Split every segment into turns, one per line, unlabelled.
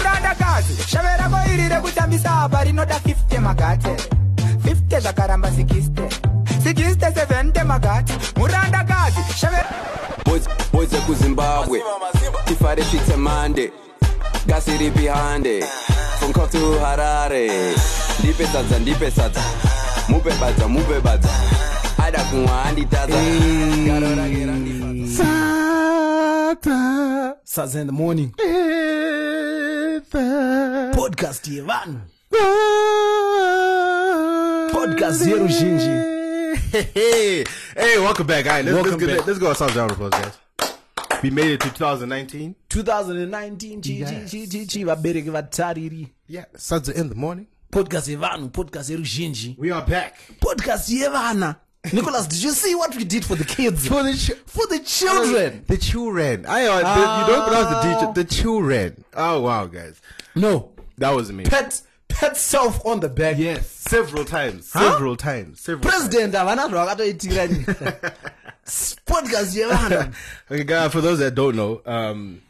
murandakazi shaverako iri rekutambisa apa rinoda 50 magate 50 zvakaramba 60 60 70 magate murandakazi shavera
boys ekuzimbabwe tifare titemande gasi ripi hande from Cape to harare ndipe sadza ndipe sadza mupe badza mupe badza ada kumwa anditadza garo rake randifadza
sata
sadza in the morning
eva
podcast yevanhu Podcast yeruzhinji.
hey hey, welcome back all right, let's,
Welcome
let's, get-
back.
let's go outside round of applause guys we made it to 2019
2019 G-
Yes.
G- G- G- vabereki vatariri
yeah suds in the morning
podcast yevanhu podcast yeruzhinji
we are back
podcast yevana nicholas did you see what we did for the kids
for the ch-
for the children
the children i uh, the, you don't pronounce the teacher the children oh wow guys
no
that was me
pat pat self on the back
yes several times
Huh?
several times several times.
president havana zvavakatoitira nyika podcast yevana
okay, guys, for those that don't know, um,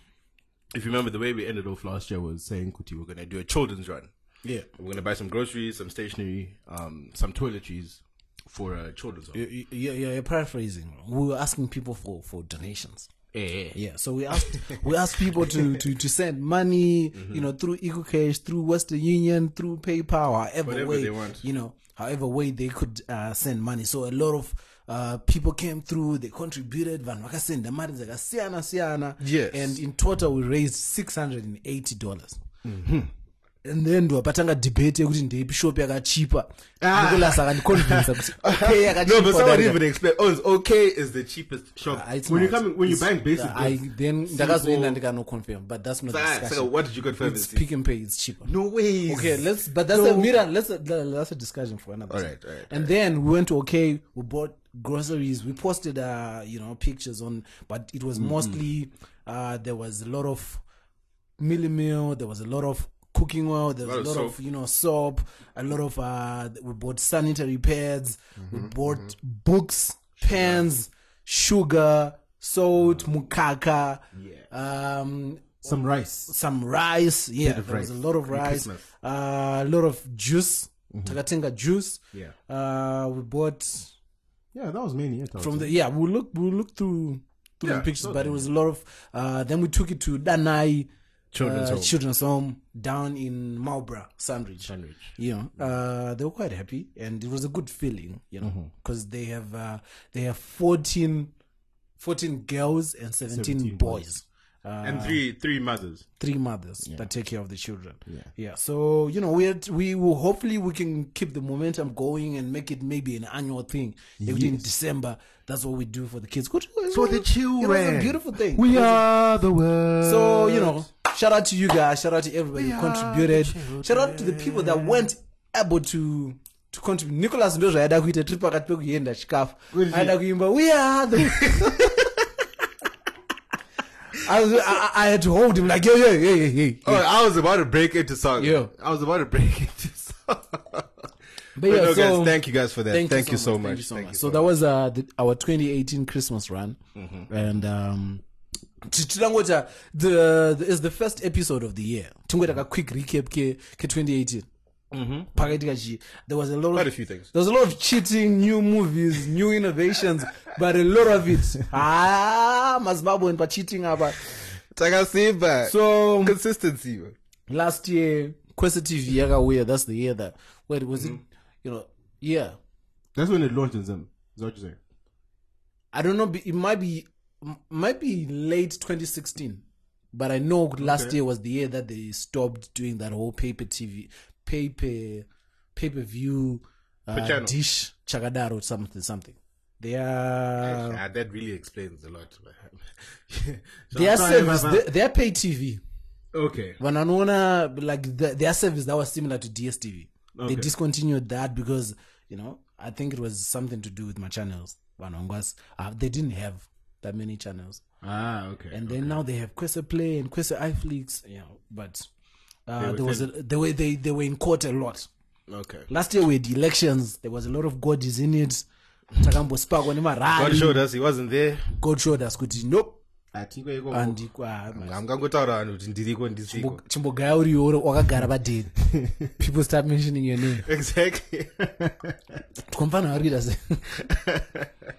if you remember, the way we ended off last year was saying, Kuti, we're going to do a children's run.
yeah
We're going to buy some groceries, some stationery, um, some toiletries for a children's run.
you, you, you're you're paraphrasing. We were asking people for, for donations.
Yeah.
Yeah, so we asked we asked people to, to, to send money, you know, through EcoCash, through Western Union, through PayPal, however
Whatever
way
they want.
you know, however way they could uh, send money. So a lot of uh, people came through. They contributed. Van Waka sent the money. Like siana siana.
Yes.
And in total, we raised six hundred and eighty dollars. Mm-hmm. and then ndoabatanga debate yekuti ndeipi shop yakachipa
Ah.
nikolasa akandiconvinsa kuti pay
no,
yakachipa
but someone
than-
even explained, oh, it's okay is the cheapest shop.
Ah, it's
when you
not.
come, when you
It's-
buying basic
I
goods,
then
simple-
ndakazoenda ndikanoconfirm but that's not the
Science,
discussion.
like, what did you confirm
it's
is this?
pick and pay it's cheaper
No way.
okay let's but that's a
No.
mirror let's that's a discussion for another time.
Alright, alright,
and then we went to okay we bought groceries we posted uh you know pictures on but it
Mm-hmm.
was mostly uh there was a lot of milli meal there was a lot of cooking oil there was a
Lot
lot,
of
of,
soap.
you know soap a lot of uh we bought sanitary pads
Mm-hmm,
we bought books pens sugar salt mukaka yeah. um
Some rice.
some rice. Yeah,
of
there was a
rice
lot of
on
rice.
Christmas. Mm-hmm.
Uh, a lot of juice. Takatenga juice.
Yeah.
Uh, we bought
Yeah, that was mainly it. I would
from
say.
the yeah. We look we look through through
Yeah,
the pictures,
so
but it
then-
was a lot of. Uh, then we took it to Danai
Children's
uh,
home.
Children's Home down in Marlborough, Sandridge.
Sandridge.
Yeah, uh, they were quite happy, and it was a good feeling, you
Mm-hmm.
know, because they have uh, they have 14, 14 girls and seventeen,
17
boys. Uh,
and three three mothers.
three mothers that take care of the children.
Yeah.
So you know, we had, we will hopefully we can keep the momentum going and make it maybe an annual thing. If in December, that's what we do for the kids. Good
For the
It was
children.
a beautiful thing.
We are the world.
So you know, shout out to you guys. Shout out to everybody who
are
contributed. Shout out to the people that weren't able to. to contribute nicholas ndo zvaaida kuita tiri pakati pekuenda chikafu
Kuti-
aida kuimba we are the I, was, I, I had to hold him like yo yo yo yo yo
Oh, I was about to break into song.
Yeah.
I was about to break into song. But,
yeah,
no,
so-
guys, thank you guys for that. Thank, you so much.
Thank you so much. So that was uh, the, our 2018 Christmas run,
Mm-hmm.
and um, t- tilangota the, the is the first episode of the year. Tingoita a quick recap ke ke 2018. Pakaita chi. There was a lot of
Mm-hmm. Quite a few things.
There was a lot of cheating, new movies, new innovations, but a lot of it. Ah, Mazimbabwe and cheating ah, about.
Takasiba.
So um,
consistency. man.
last year Quest TV yakauya. That's the year that wait was
Mm-hmm.
it? You know, yeah.
That's when it launched in Zim. Is that what you're saying?
I don't know. be- It might be m- might be late 2016, but I know last year was the year that they stopped doing that whole paper TV, paper, pay per view,
Per
uh,
channel.
dish chagadaro something something. They are
yeah, ah, that really explains a lot. man. So
their
I'm sorry
service.
about
They,
that.
their pay TV.
okay.
Vananona like the, their service that was similar to DSTV. They
Okay.
discontinued that because you know I think it was something to do with my channels. Vanongwas, uh, they didn't have that many channels.
Ah, okay.
and then now they have Quesa Play and Quesa iFlix, you know. But uh,
were
there was a, they were they, they were in court a lot.
okay.
Last year we had elections. There was a lot of goddies in it. Takambo Spark on
God
God
showed us he wasn't there.
God showed us kuti nope. uh,
hatiko ikoko
handiko haana
hamungangotaura vanhu kuti ndiriko ndisiko
chimbogaya uriyo wakagara padheni people start mentioning your name
exactly
tikomufanira varida se
that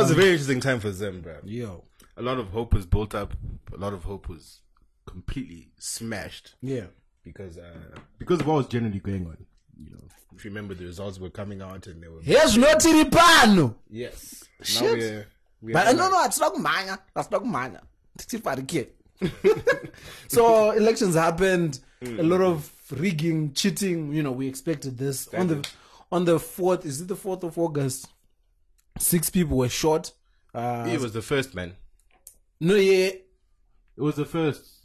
was a very interesting time for them bro
yo
a lot of hope was built up a lot of hope was completely smashed
yeah
because uh because of what was generally going on you know if you remember the results were coming out and they were
hezvinotiri pano
yes now
Shit.
we're, we're
but no no hatisina kumhanya hatisina kumhanya titiri parike so elections happened a lot of rigging cheating you know we expected this on the on the 4th is it the 4th of august six people were shot uh,
it was the first man
no yeah
it was the first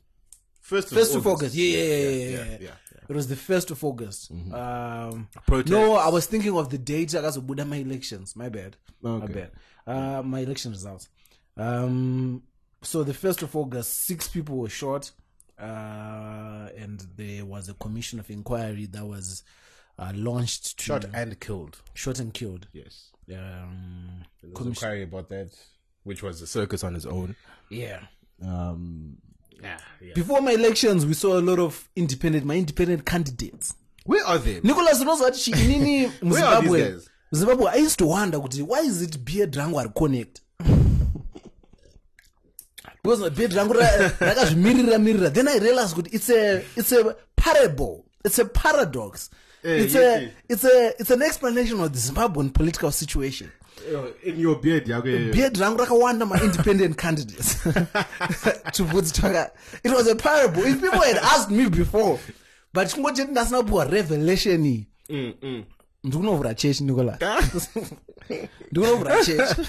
first of
first
August.
of august yeah yeah yeah, yeah, yeah,
yeah, yeah, yeah.
It was the first of August. Um,
Protests.
No, I was thinking of the date. I guess Buddha my elections. My bad. My
Okay.
bad. Uh, my election results. Um, so the first of August, six people were shot, uh, and there was a commission of inquiry that was uh, launched. To,
shot and killed
shot and killed.
yes
Um,
there was inquiry about that which was a circus on its own
yeah.
um yeah, yeah.
Before my elections, we saw a lot of independent, my independent candidates.
where are they
nicholas unozva kuti
are
chiinini
these
muzimbabwe
guys?
muzimbabwe i used to wonder kuti why is it beard rangu ari connect because my beard rangu ra- rakazvimirira mirira then i realized kuti it's a, it's a parable it's a paradox
Eh,
it's,
yes,
a,
yes.
it's, a, it's an explanation of the zimbabwean political situation
Yo, in your beard yeah, okay, yeah, yeah.
beard rangu rakawanda maindependent candidates tubvudzi twaka it was a parable if people had asked me before but chingoti ndasina kupuwa revelation iyi
Mm,
ndikunovhura chechi nicolas ndikunovhura chechi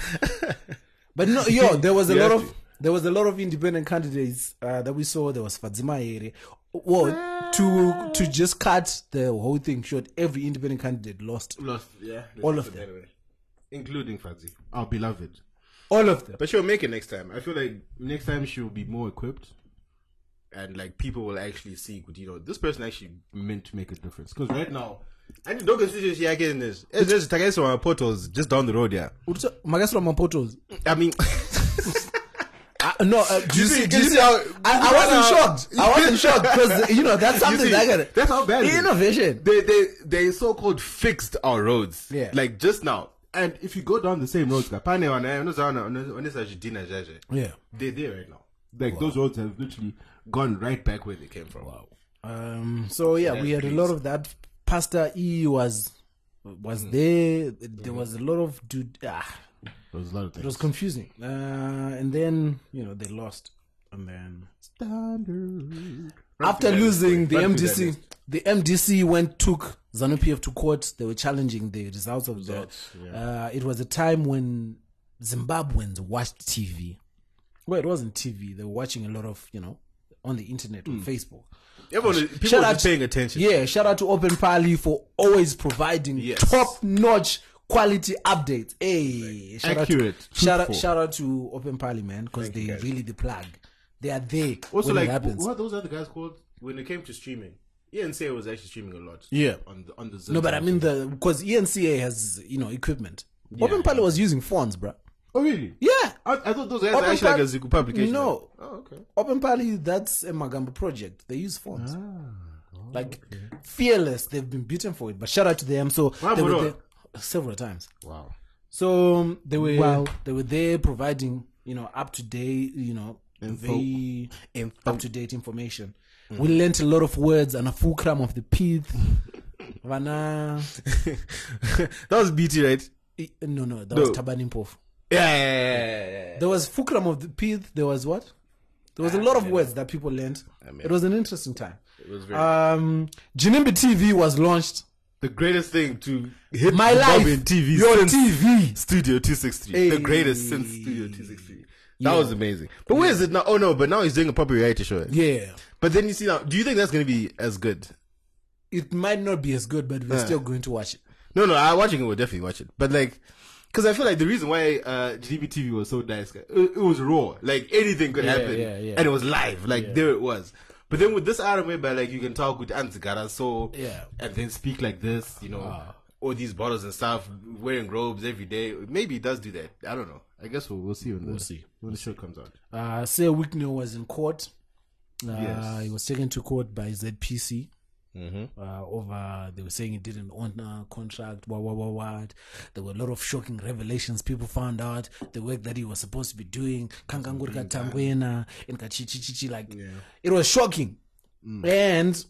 but no yo there was a lot of there was a lot of independent candidates uh, that we saw there was fadzima here well to to just cut the whole thing short every independent candidate lost
lost yeah
All of them.
including Fadzi our beloved
all of them
but she'll make it next time I feel like next time she'll be more equipped and like people will actually see you know this person actually meant to make a difference because right now and don't consider she again this it's just Takeso and portals just down the road yeah
Urito- makaisirwa mapotos
I mean
Uh, no, uh, do you,
see-
see?
Ah, you
Do you
see
see
how-
I, I wasn't shocked. I wasn't shocked because you know that's something
see,
that I got.
that's how bad it is.
innovation.
they they they so called fixed our roads.
Yeah.
Like just now. And if you go down the same roads, Kapane wana- unozaona- uno- unesajidina zhazhe.
Yeah.
they're there right now. Like those roads have literally gone right back where they came from. Wow.
Um, so yeah, we had a lot of that. Pastor E was was there. There was a lot of dude. Ah,
There was a lot of
it
things.
was confusing. Uh, and then you know they lost, and then after losing the
Run through that
MDC,
list.
the MDC went took ZANU PF to court. They were challenging the results of the. Uh, it was a time when Zimbabweans watched TV. Well, it wasn't TV. They were watching a lot of you know on the internet on Facebook.
Everyone, is- people
Shout
are
out
just
to-
paying attention.
Yeah, shout out to Open Pali for always providing
Yes.
top notch quality updates. Hey, shout
Accurate,
Out to, shout out,
truthful.
shout out to Open Pali man because they really the plug. They are there
Also,
when
like
it happens.
what are those other guys called when it came to streaming? ENCA was actually streaming a lot.
Yeah.
On the on the Zim
No, but I
time.
mean the E because ENCA has you know equipment. Open Pali was using phones, bruh.
Oh really?
Yeah.
I, I thought those guys
Open
are actually
Pal-
like a Ziku publication.
No.
Like, oh okay.
Open Pali, that's a Magamba project. They use phones.
Ah,
like fearless, they've been beaten for it. But shout out to them. So
Wow,
they were
bro.
there several times.
Wow.
So um, they were
Wow.
they were there providing you know up to date you know very up to date information.
Mm.
We learnt a lot of words and a full cram of the pith. Vana,
that was BT, right?
eh, no, no, that was
No.
Tabani Mpofu.
Yeah, yeah, yeah, yeah, yeah.
There was fulcrum of the pith. There was what? There
Ah,
was a lot of words that people learned. It was an interesting time. It
was very-
Um, Jinimbi TV was launched.
The greatest thing to hit
My
Bob
life,
in TV
your
since
TV.
Studio 263. The
Hey.
greatest since Studio 263. That was amazing. But where is it now? Oh no, but now he's doing a proper reality show.
Yeah,
But then you see now, do you think that's going to be as good?
it might not be as good, but
Ah.
we're still going to watch it.
No, no, I watching it will definitely watch it. But like, because I feel like the reason why uh, GBTV was so nice, it, it was raw. Like anything could happen,
yeah, yeah.
and it was live. Like there it was. But then with this anime, by like you can talk with Antigara so
Yeah. Ah.
and then speak like this, you know. all these bottles and stuff, wearing robes every day. Maybe it does do that. I don't know. I guess we'll, we'll see when the, we'll
see.
when the show comes out.
Uh, Say Wicknell was in court. Uh,
Yes.
He was taken to court by ZPC.
Mm-hmm.
Uh, over they were saying he didn't honor contract. What what what what? There were a lot of shocking revelations. People found out the work that he was supposed to be doing. Kankanguri katangwena and kachichichichi. Like it was shocking,
Mm.
and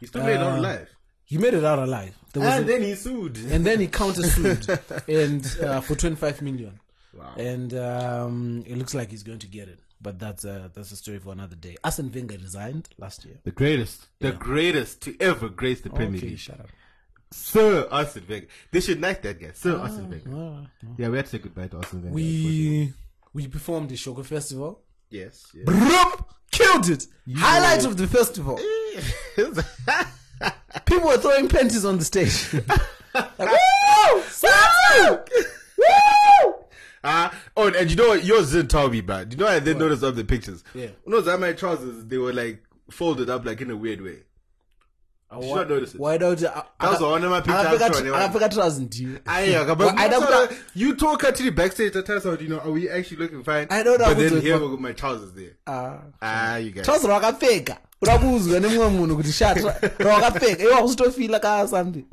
He still made it out
Uh,
alive,
he made it out alive. There was
and
a-
then he sued.
and then he countersued and uh, for 25 million
Wow.
and um, it looks like he's going to get it but that's uh, that's a story for another day Arsene Wenger resigned last year
the greatest, the greatest to ever grace the Premier
okay
League.
shut up
Sir Arsene Wenger. They should knight that guy, Sir Arsene Wenger.
Alright.
Yeah, we had to say goodbye to Arsene Wenger. unfortunately.
Ah, we we performed the Shoko festival
yes, yes.
Broom! killed it highlight of the festival people were throwing panties on the stage like, woo! Woo! Woo!
Ah, oh, and you know what? Yours didn't tell me, bro. You know, I didn't notice of the pictures.
Yeah.
No, that my trousers, they were like folded up like in a weird way.
Uh,
should not notice it.
why don't you uh,
That's one of my pictures
akapfeka
I'm sure
tu-
they were-
akapfeka trousers ndiyo
Aye, but
Well, I
you
don't
saw-
know-
you told her to the backstage that tells her, you know, are we actually looking fine?
I don't know
But
how to do
then
it,
here
but-
with my trousers there.
Ah.
Ah, you guys.
trousers rakapfeka kuda kuzwa nemumwe munhu kuti shatra rakapfeka iwe hauzotofila ka something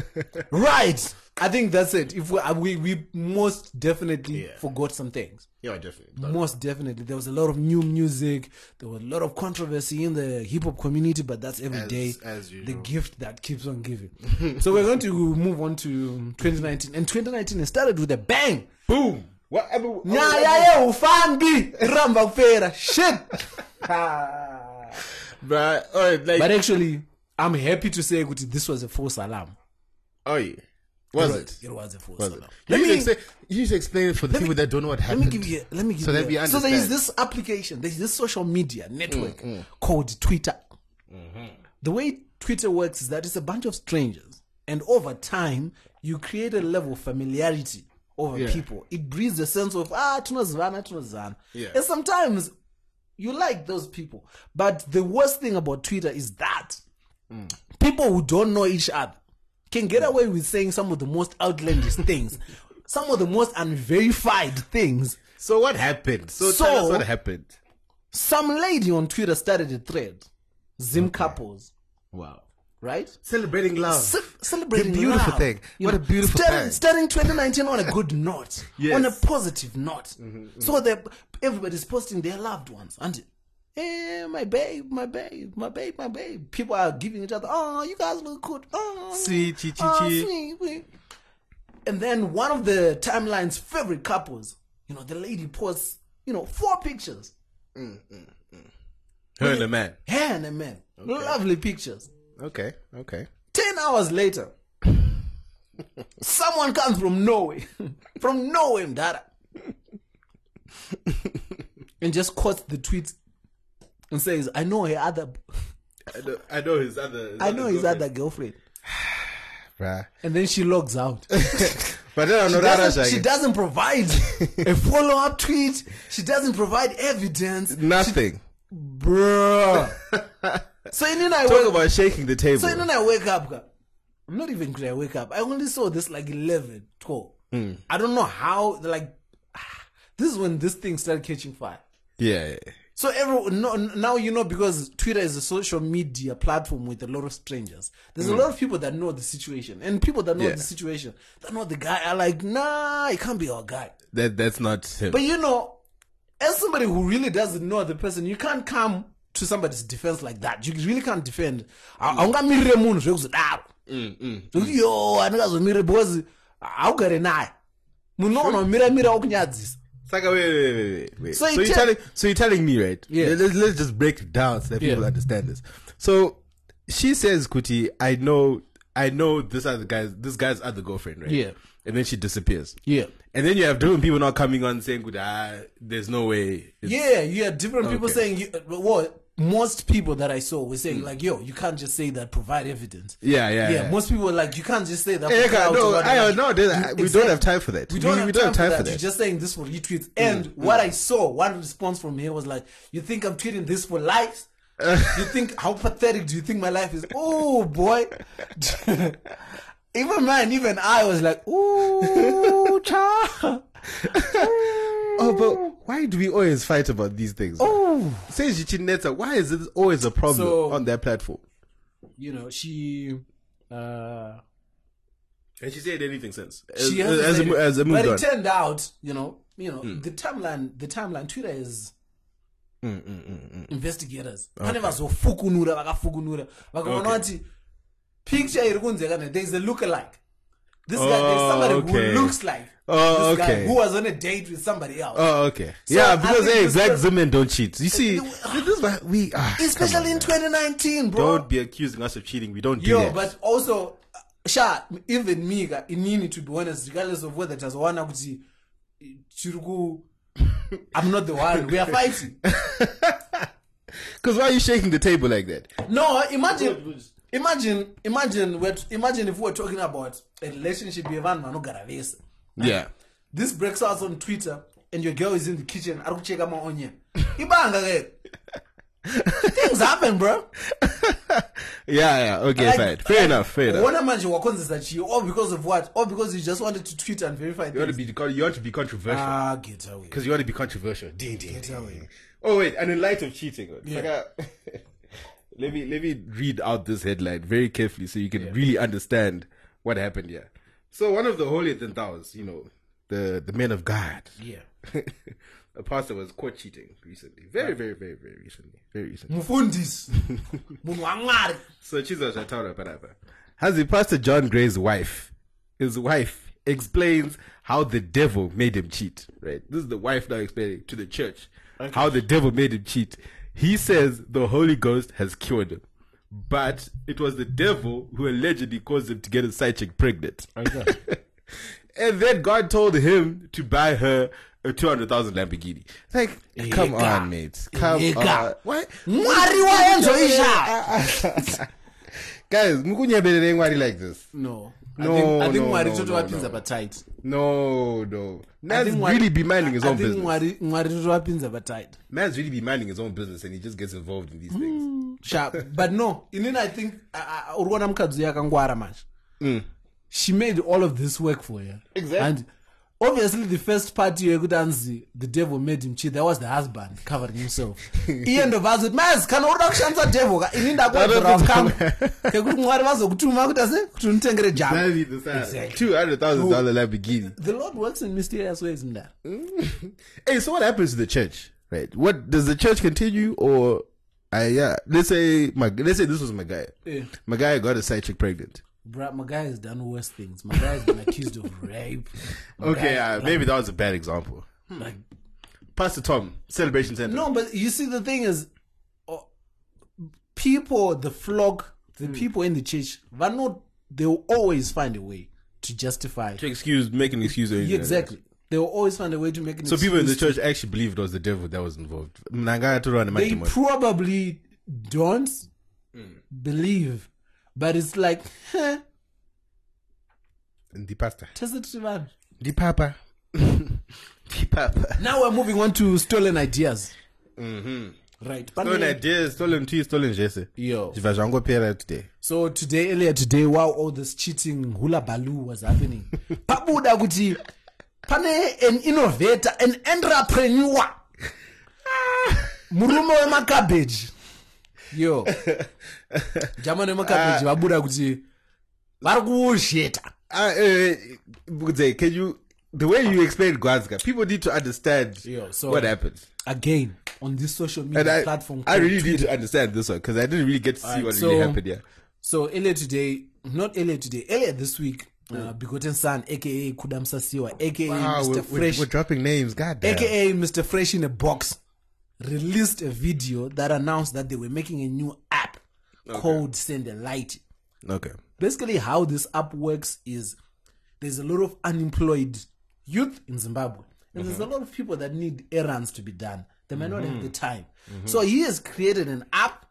right i think that's it if we, uh, we, we most definitely
Yeah.
forgot some things
Yeah, definitely.
most definitely there was a lot of new music there was a lot of controversy in the hip-hop community but that's every
As-
day.
as
the
usual.
gift that keeps on giving so we're going to move on to 2019 and 2019 it started with a bang
Boom. What? I mean,
nyaya
Oh, yeah.
yeufambi iramba kupera shit
Bruh, oh, like,
but actually i'm happy to say kuti this was a false alarm
oh, yeah. Was
Right,
it?
it was a false
Was it?
alarm
You
let
need,
me,
to explain, you need to explain it for the people that don't know what
let
happened.
me give you let me give
So
you
that we
so there
understand.
is
Mm,
this application there's this social media network called twitter
Mm-hmm.
the way twitter works is that it's a bunch of strangers and over time you create a level of familiarity over
Yeah.
people it breeds a sense of ah tunozivana tunozivana
Yeah.
and sometimes you like those people but the worst thing about twitter is that people who don't know each other can get away with saying some of the most outlandish things, some of the most unverified things.
So what happened? So, tell
So-
us what happened.
Some lady on Twitter started a thread, Zim couples,
Wow.
right?
Celebrating love.
Ce- celebrating
The beautiful
love,
thing.
you
What a beautiful
starting,
thing.
Starting 2019 on a good note,
Yes. Mm-hmm,
on a positive note. So that everybody's posting their loved ones, aren't it? Hey, my babe, my babe, my babe, my babe. People are giving each other, oh, you guys look good. Oh,
Sweet, chi, chi,
oh,
chi."
sweet, sweet." And then one of the timeline's favorite couples, you know, the lady posts, you know, four pictures.
Her and a man.
Her and a man. Lovely pictures.
Okay. Okay.
10 hours later, someone comes from Norway, from Norway, Mdara, and just quotes the tweet and says, I know her other,
I know, I know his other. His
I know his
girlfriend.
other girlfriend.
Bruh.
And then she logs out.
But then I'm
She
not that
doesn't,
Rasha.
she doesn't provide a follow up tweet. She doesn't provide evidence.
Nothing.
Bruh. So, in I
Talk
wake,
about shaking the table.
so in I wake up. ka. I'm not even clear. I wake up. I only saw this like 11, 12. I don't know how, like, this is when this thing started catching fire.
yeah. yeah.
So every no, now you know because Twitter is a social media platform with a lot of strangers. There's a lot of people that know the situation, and people that know
Yeah.
the situation that know the guy are like, nah, it can't be our guy.
That that's not him.
But you know, as somebody who really doesn't know the person, you can't come to somebody's defense like that. You really can't defend.
Mm.
aungamirire munhu zvekuzodaro Zvekuti, yo andingazomirire because haugare naye munhu unomiramirira wokunyadzisa
it's like, wait, wait, wait, wait, wait.
So
So,
you
you're
tell-
telling, so you're telling me, right?
Yeah.
Let- Let's, let's just break it down so that people
Yeah.
understand this. So she says, "Kuti, I know, I know this other guy's, this guy's other girlfriend, right?
Yeah.
And then she disappears.
Yeah.
And then you have different people now coming on saying, "Kuti, ah, there's no way." It's,
Yeah, you had different people
Okay. Mm.
saying, you, well, most people that I saw were saying, like, yo, you can't just say that, provide evidence.
Yeah, yeah,
Yeah,
yeah.
most people were like, you can't just say that. for
Hey,
clout or
no,
whatever."
I, no, there's- I- we
Exactly.
don't have time for that.
We don't, have, time for that. Mm, You're just saying this for retweets. And what I saw, one response from here was like, you think I'm tweeting this for likes? you think, how pathetic do you think my life is? Oh, boy. Even man, even I was like, ooh, cha.
Oh, but why do we always fight about these things?
Ooh.
Say Jichineta, why is it always a problem
Oh. So-
on their platform?
You know, she. Uh,
And she said anything since.
she
as,
has
as,
decided.
a, as a
but
moved
it
on. Hmm.
turned out, you know, you know, the timeline, the timeline, Twitter is
hmm,
investigators. Pane vazofukunura, vakafukunura, vakaona
Okay.
kuti picture iri kunzeka ne- there's a lookalike. This guy, there's somebody
okay.
who looks like
Oh,
this guy
okay.
who was on a date with somebody else.
Oh, okay.
So,
yeah,
I
because
think
hey,
this
black
was-
women don't cheat. You see, this is why we ah, come on,
Especially in
man.
2019, bro.
Don't be accusing us of cheating. We don't do
Yo,
that.
but also, uh, sha, even me, ka, inini, to be honest, regardless of whether tazowana kuti eh, tiri ku- I'm not the one. We are fighting.
Because why are you shaking the table like that?
No, imagine, imagine, imagine, we're, imagine if we were talking about a relationship yevanhu vanogara vese.
Yeah.
This breaks out on Twitter, and your girl is in the kitchen. ari kucheka maonyeni. Ibanga ke. Things happen, bro.
Yeah, yeah. Okay, fine. Fair enough. Fair enough.
Wona manje wakonzisa chii? All because of what? All because you just wanted to tweet and verify
You want
things.
to be con- you want to be controversial
Ah, get away.
because you want to be controversial. Ding, ding,
Get
ding.
away.
Oh wait, and in light of cheating, right?
Yeah.
Like, uh, let me let me read out this headline very carefully so you can really understand what happened here. So one of the holier than thou's, you know, the the men of God,
Yeah.
a pastor was caught cheating recently, very very very very recently, very recently.
Mufundisi. Munhu waMwari.
So Jesus Atara Parapa has the pastor John Gray's wife. His wife explains how the devil made him cheat. Right, this is the wife now explaining to the church how the devil made him cheat. He says the Holy Ghost has cured him, but it was the devil who allegedly caused him to get a side chick pregnant. and then God told him to buy her a two hundred thousand Lamborghini. It's Like, come
Ega.
on, mate, come
Ega.
on. Why?
Mwari waenzoisha.
guys mukunyebelele mwari like this
No.
No,
I think, I think
no,
Mwari
no,
totovapinza
no, no.
patight.
no no
I
man's
think Mwari-
really be minding his
I- I
own
think
business
Mwari- Mwari totovapinza patight.
man's really be minding his own business and he just gets involved in
Mm.
these things
sharp but no inini i think a- a- uri kuona mukadzi uyo akangwara manje she made all of this work for her
Mm. Exactly.
and obviously the first party yekuti anzi the devil made him cheat that was the husband covering himself iye ndobva azi kuti mazi kana urida kushandisa devil ka ini ndakuwedzera
That
wakangu
happens.
kekuti mwari vazokutuma kuti ase kuti unitengere jamba
two hundred thousand dollar Lamborghini.
the lord works in mysterious ways mdara
Hey, so what happens to the church? Right? What does the church continue or? I yeah. Let's say my let's say this was my guy.
Yeah.
My guy got a side chick pregnant.
Bruh, my guy has done worse things my guy has been accused of rape My
Okay,
guy-
uh, maybe that was a bad example.
like
Pastor Tom, celebration center.
Hmm. No, but you see, the thing is, uh, people, the flock, the people in the church, they're not, they will always find a way to justify.
to excuse, make an excuse. Or anything like that.
exactly. They will always find a way to make an
So people in the
excuse.
church actually believed it was the devil that was involved.
They probably don't believe, but it's like, huh,
the pastor.
test it to man.
The papa. the papa.
Now we're moving on to stolen ideas. Mm-hmm. Right. But
Stolen ideas, stolen tea, stolen jesse.
Yo.
Zivazhango pera today.
So today, earlier today, while all this cheating hula baloo was happening, pabuda kuti pane an innovator, an entrepreneur, Ah, murume wemacabbage. Yo, jama nemacabbage vabuda kuti vari kuuzheta.
Uh, eh, eh, Bukudze, can you, the way you explained Gwazga, people need to understand
Yo, so-
what happened.
Again, on this social media
And I,
platform.
I
called
really need to understand this one because I didn't really get to see
Alright,
what
so-
really happened here.
So earlier today, not earlier today, earlier this week, uh, Bigotten Son, aka Kudamsa Siwa, aka
Wow, Ah,
mister
we're, we're,
Fresh,
we're dropping names. God damn.
aka Mr. Fresh in a Box, released a video that announced that they were making a new app called Send a Light.
Okay.
Basically, how this app works is there's a lot of unemployed youth in Zimbabwe, and there's a lot of people that need errands to be done. They may not have the time. So he has created an app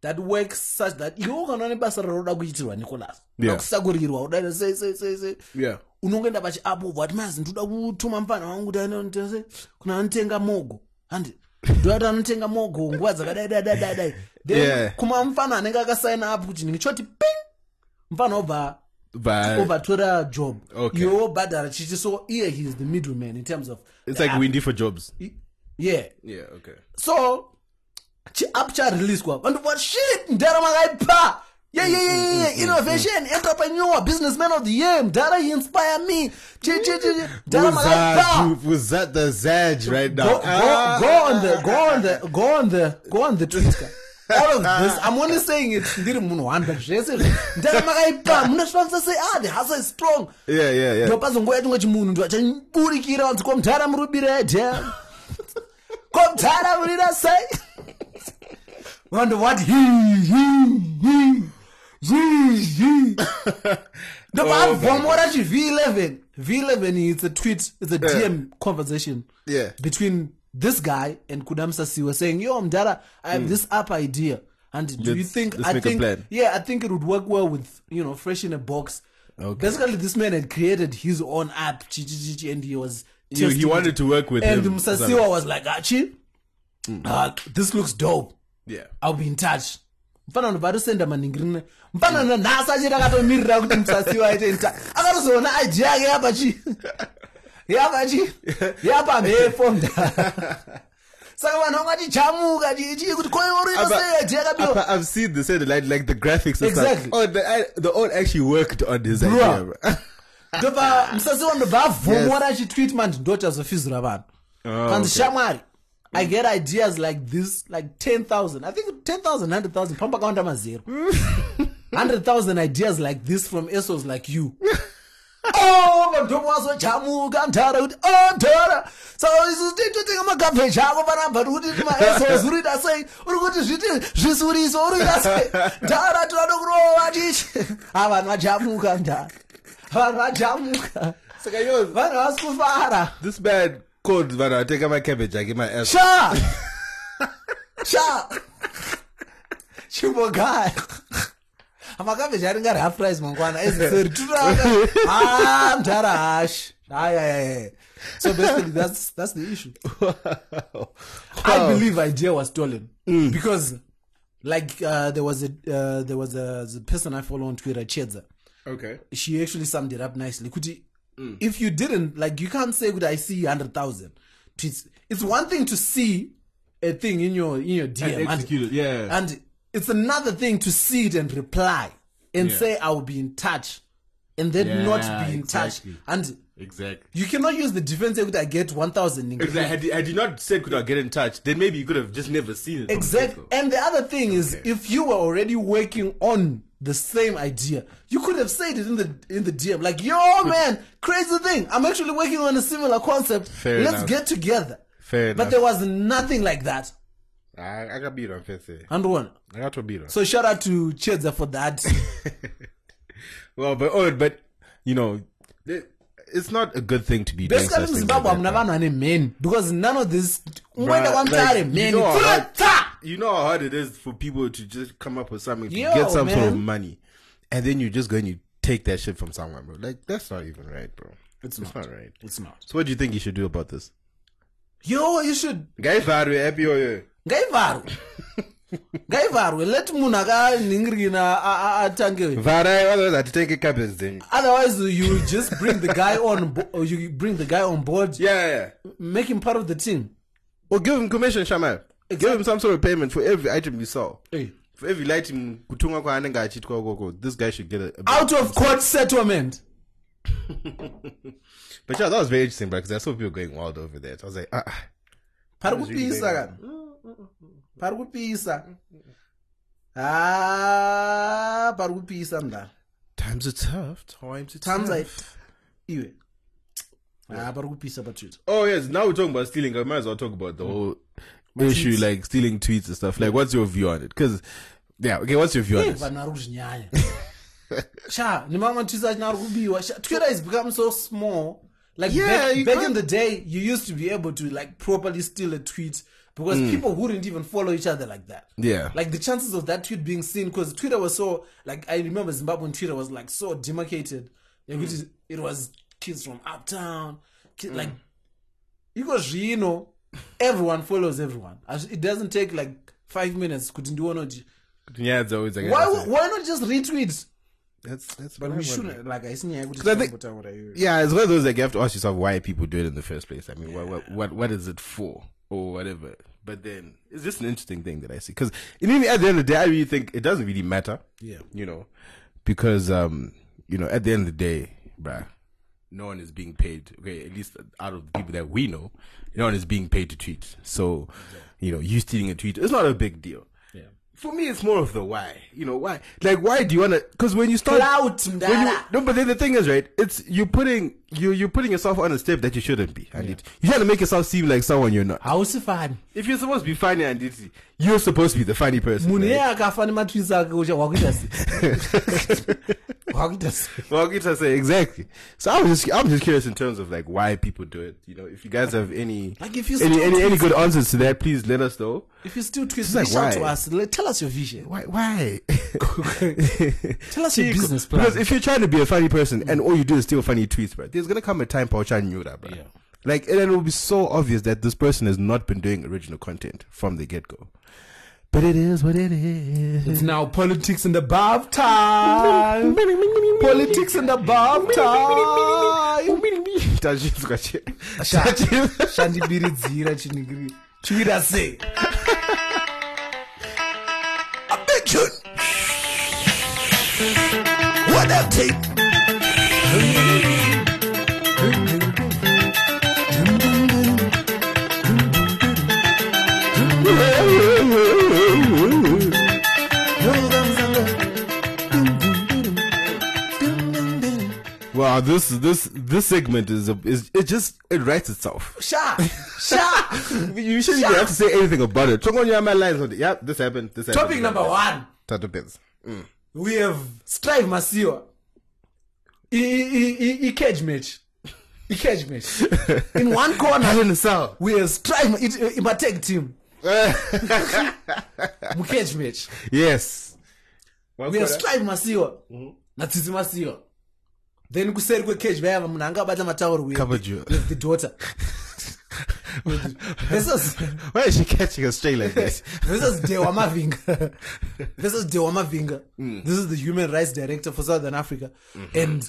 that works such that iwe ukanoona basa raroda kuitirwa nicholas
Yeah.
nakusakuririrwa udaino sei sei sei sei
Yeah.
unongoenda pachiapo ubva kuti mazi ndinoda kutuma mufana wangu kuti aende kunditese kuna anotenga mogo handi ndoda kuti anotenga mogo nguva dzakadai dai dai dai dai then
Yeah.
kuma mufana anenge akasaina apo kuti ndingichoti ping mufana obva
But
overtora job
Eh. Okay.
yobhadhara chichi so iye he is the middleman in terms of
it's like windy for jobs.
yeah
Yeah, okay.
so chiapp chareleaswa vantu vari shit ndarama ngaipa yeah, yeah, yeah, yeah, yeah. innovation entrepreneur businessman of the year mdara he inspire me Che- che- che- che. ndarama ngaipa
Zaj, was that the Zaj right now? Ah.
go, go, go on the go on the go on the go on the twitter all of this i'm only saying it ndiri munhu one but zvese ndarama ngaipa munosvivamisa sei ah the hasa is strong
Yeah, yeah, yeah.
ndopazongoya tingwe chimunhu ndo achaburikira vanzi komutara murubira je komutara murira sei vantu vati
Oh,
ndopaabvomora chi v11 v11 its a tweet its a dm conversation
Yeah.
between this guy and kudamsa siwe saying yo mdara i have this app idea and do you
Hmm. Let's-
think
let's
i
make a
think
plan.
yeah, I think it would work well with you know fresh in a box. Basically, this man had created his own app, chi- chi- chi- chi, and he was
he
testing
wanted
it.
to work with
and
him,
Musasiwa
Zama.
was like, "Achi, uh, this looks dope.
Yeah.
I'll be in touch." mfana vanhu varosenda maningirine mfana na- nhasi achiti akatomirira kuti musasiwa aite in touch akatozoona idea yake yapachi yapachi yapamhepo mdara saka vanhu vangachijamuka chichii kuti koiorino sei idea yakabiwa
I've, I've seen the said like like the graphics and
Exactly.
stuff. Oh, the I, the old actually worked on this
Bruh.
idea. bro.
ndobva musasi wandobva abvomora achitweet manje ndoti azofizura vanhu
Oh,
kanzi
okay.
shamwari i get ideas like this like 10000 i think 10000 100000 pamba kaonda mazero 100000 ideas like this from esos like you oh vandomo vazojamuka ndara kuti o ndara saka totenga magabheji ako panamba tikuti maesos uri kuita sei uri kuti zviti zvisuriso uri kuita sei ndara tinoda kurova tichi ha vanhu vajamuka ndara vanhu vajamuka
Saka yo,
vanhu vasi kufara
this man called when I take out my cabbage, I get my ass.
sha sha chimbogaya amakabheji ari ngari hapurize mangwana eziseri turaa ndara hashi ayayaya so basically that's, that's the issue I believe idea was stolen because, like, uh, there was a uh, there was a the person I follow on Twitter, Chedza.
Okay.
She actually summed it up nicely. Could you,
Mm.
if you didn't like, you can't say, "Good, I see hundred thousand tweets." It's one thing to see a thing in your in your DM and-
execute it, yeah.
and it's another thing to see it and reply and
Yeah.
say, "I will be in touch," and then
Yeah,
not be in
exactly.
touch and.
Exactly.
You cannot use the defense that I get 1,000 in
Exactly. Had you, had you not said could I get in touch, then maybe you could have just never seen it. from the
Exactly.
get-go.
And the other thing is,
Okay.
if you were already working on the same idea, you could have said it in the in the DM, like, "Yo, man, crazy thing! I'm actually working on a similar concept.
Fair
Let's
enough.
get together."
Fair
But
enough.
there was nothing like that.
I, I got beat on fifth. eh?
And one.
I got to beat on.
So shout out to Chedza for that.
well, but oh, but you know, it- it's not a good thing to be doing.
Basically,
such things
Zimbabwe,
like
I'm
that,
never men because none of this. When
Bruh,
I want to hire
like,
men,
you know how hard-
Tsa!
You know how hard it is for people to just come up with something to
Yo,
get some sort of
man.
money, and then you're just going to take that shit from someone, bro. Like that's not even right, bro. It's, not. right.
it's not.
So what do you think you should do about this?
Yo, you should
Guys, are we happy or you?
ngaivharwe ngaivharwe let munhu akaningirina atange
Varai, otherwise I have to take a cabbage then.
otherwise you just bring the guy on bo- or you bring the guy on board
Yeah, yeah. yeah.
make him part of the team
Or give him commission, Shamal. Give him
Exact-
some sort of payment for every item you sell.
hey.
For every item, kutunga kwa anenga achitwa koko. This guy should get a. a
out of court settlement
but yeah, that was very interesting, bro. Because I saw people going wild over there. So I was like, ah, ah.
pari
was really
kupisa
bad.
kana pari kupisa ha pari kupisa mndani
times are tough. Times are
times
tough.
are iwe ha pari kupisa patwitter
Oh yes, now we're talking about stealing. I might as well talk about the
Mm.
whole issue,
Tweets.
like stealing tweets and stuff. Like, what's your view on it? Because yeah, okay, what's your view on
Eh,
this?
vanhu vari kuzvinyanya sha nemamwe matwisa achina ari kubiwa Sha, twitter has become so small like
Yeah,
back,
you
back
can't-
in the day you used to be able to like properly steal a tweet because people wouldn't even follow each other like that
Mm. Yeah.
like the chances of that tweet being seen because twitter was so like i remember zimbabwean twitter was like so demarcated
Mm.
Like, it is- it was kids from uptown kids, like because you know everyone follows everyone As- it doesn't take like five minutes kuti ndione kuti
Yeah, it's always like
why why not just retweet
that's that's
but
my one.
we shouldn't like haisi nyaya yekuti
Because I think-
tisambotaura iyo
Yeah, it's one of those like you have to ask yourself why people do it in the first place. I mean, what, what what what is it for or whatever. But then it's just an interesting thing that I see because at the end of the day, I really think it doesn't really matter.
Yeah.
you know, because um, you know, at the end of the day, bruh, no one is being paid. Okay, at least out of the people that we know, no one is being paid to tweet. So, you know, you stealing a tweet, it's not a big deal. Yeah. For me, it's more of the why. You know, why? Like, why do you wanna? Because when you start
Clout,
when you,
mdala.
no, but then the thing is, right? It's you putting you you putting yourself on a step that you shouldn't be, and it, you trying to make yourself seem like someone you're not.
hausi fani
If you're supposed to be funny, and it's, you're supposed to be the funny person.
munhu
right?
iye akafa nematwits ake ucha wakuita sei wakuita sei
Well, I say exactly. So I'm just I'm just curious in terms of like why people do it. You know, if you guys have any
Like, if you
any
start
any, any good answers to that, please let us know.
if you still twist
like,
reach out to
why?
us Let- tell us your vision
Why? Why?
tell us your business plan
because if you're trying to be a funny person and all you do is steal funny tweets, bro, there's gonna come a time for trying knew that, bro.
Yeah.
Like, and it will be so obvious that this person has not been doing original content from the get go. But it is what it is.
It's now politics in the bathtub. politics in the bathtub.
Tajimswa che.
shandibiridzira chinigiri chikuita sei
Attention! What up, tape?
Wow, this this this segment is a, is it just it writes itself.
sha sha
You shouldn't even have to say anything about it. Talk on your my lines. on the- Yep, this happened. This happened.
topic number one
Tato pins.
we have strive masiwa I- I- I- i cage match i cage match in one corner
in the cell.
we have strive it, it, my tag team mucage match
Yes.
we have strive masiwa natsitsi masiwa then kuseri kwecage vayava munhu angabata matauro we have
Covered
the-
you.
we have the daughter versus
Why is she catching a stray like this?
versus Dewa Mavinga. versus Dewa Mavinga. This is the human rights director for Southern Africa. And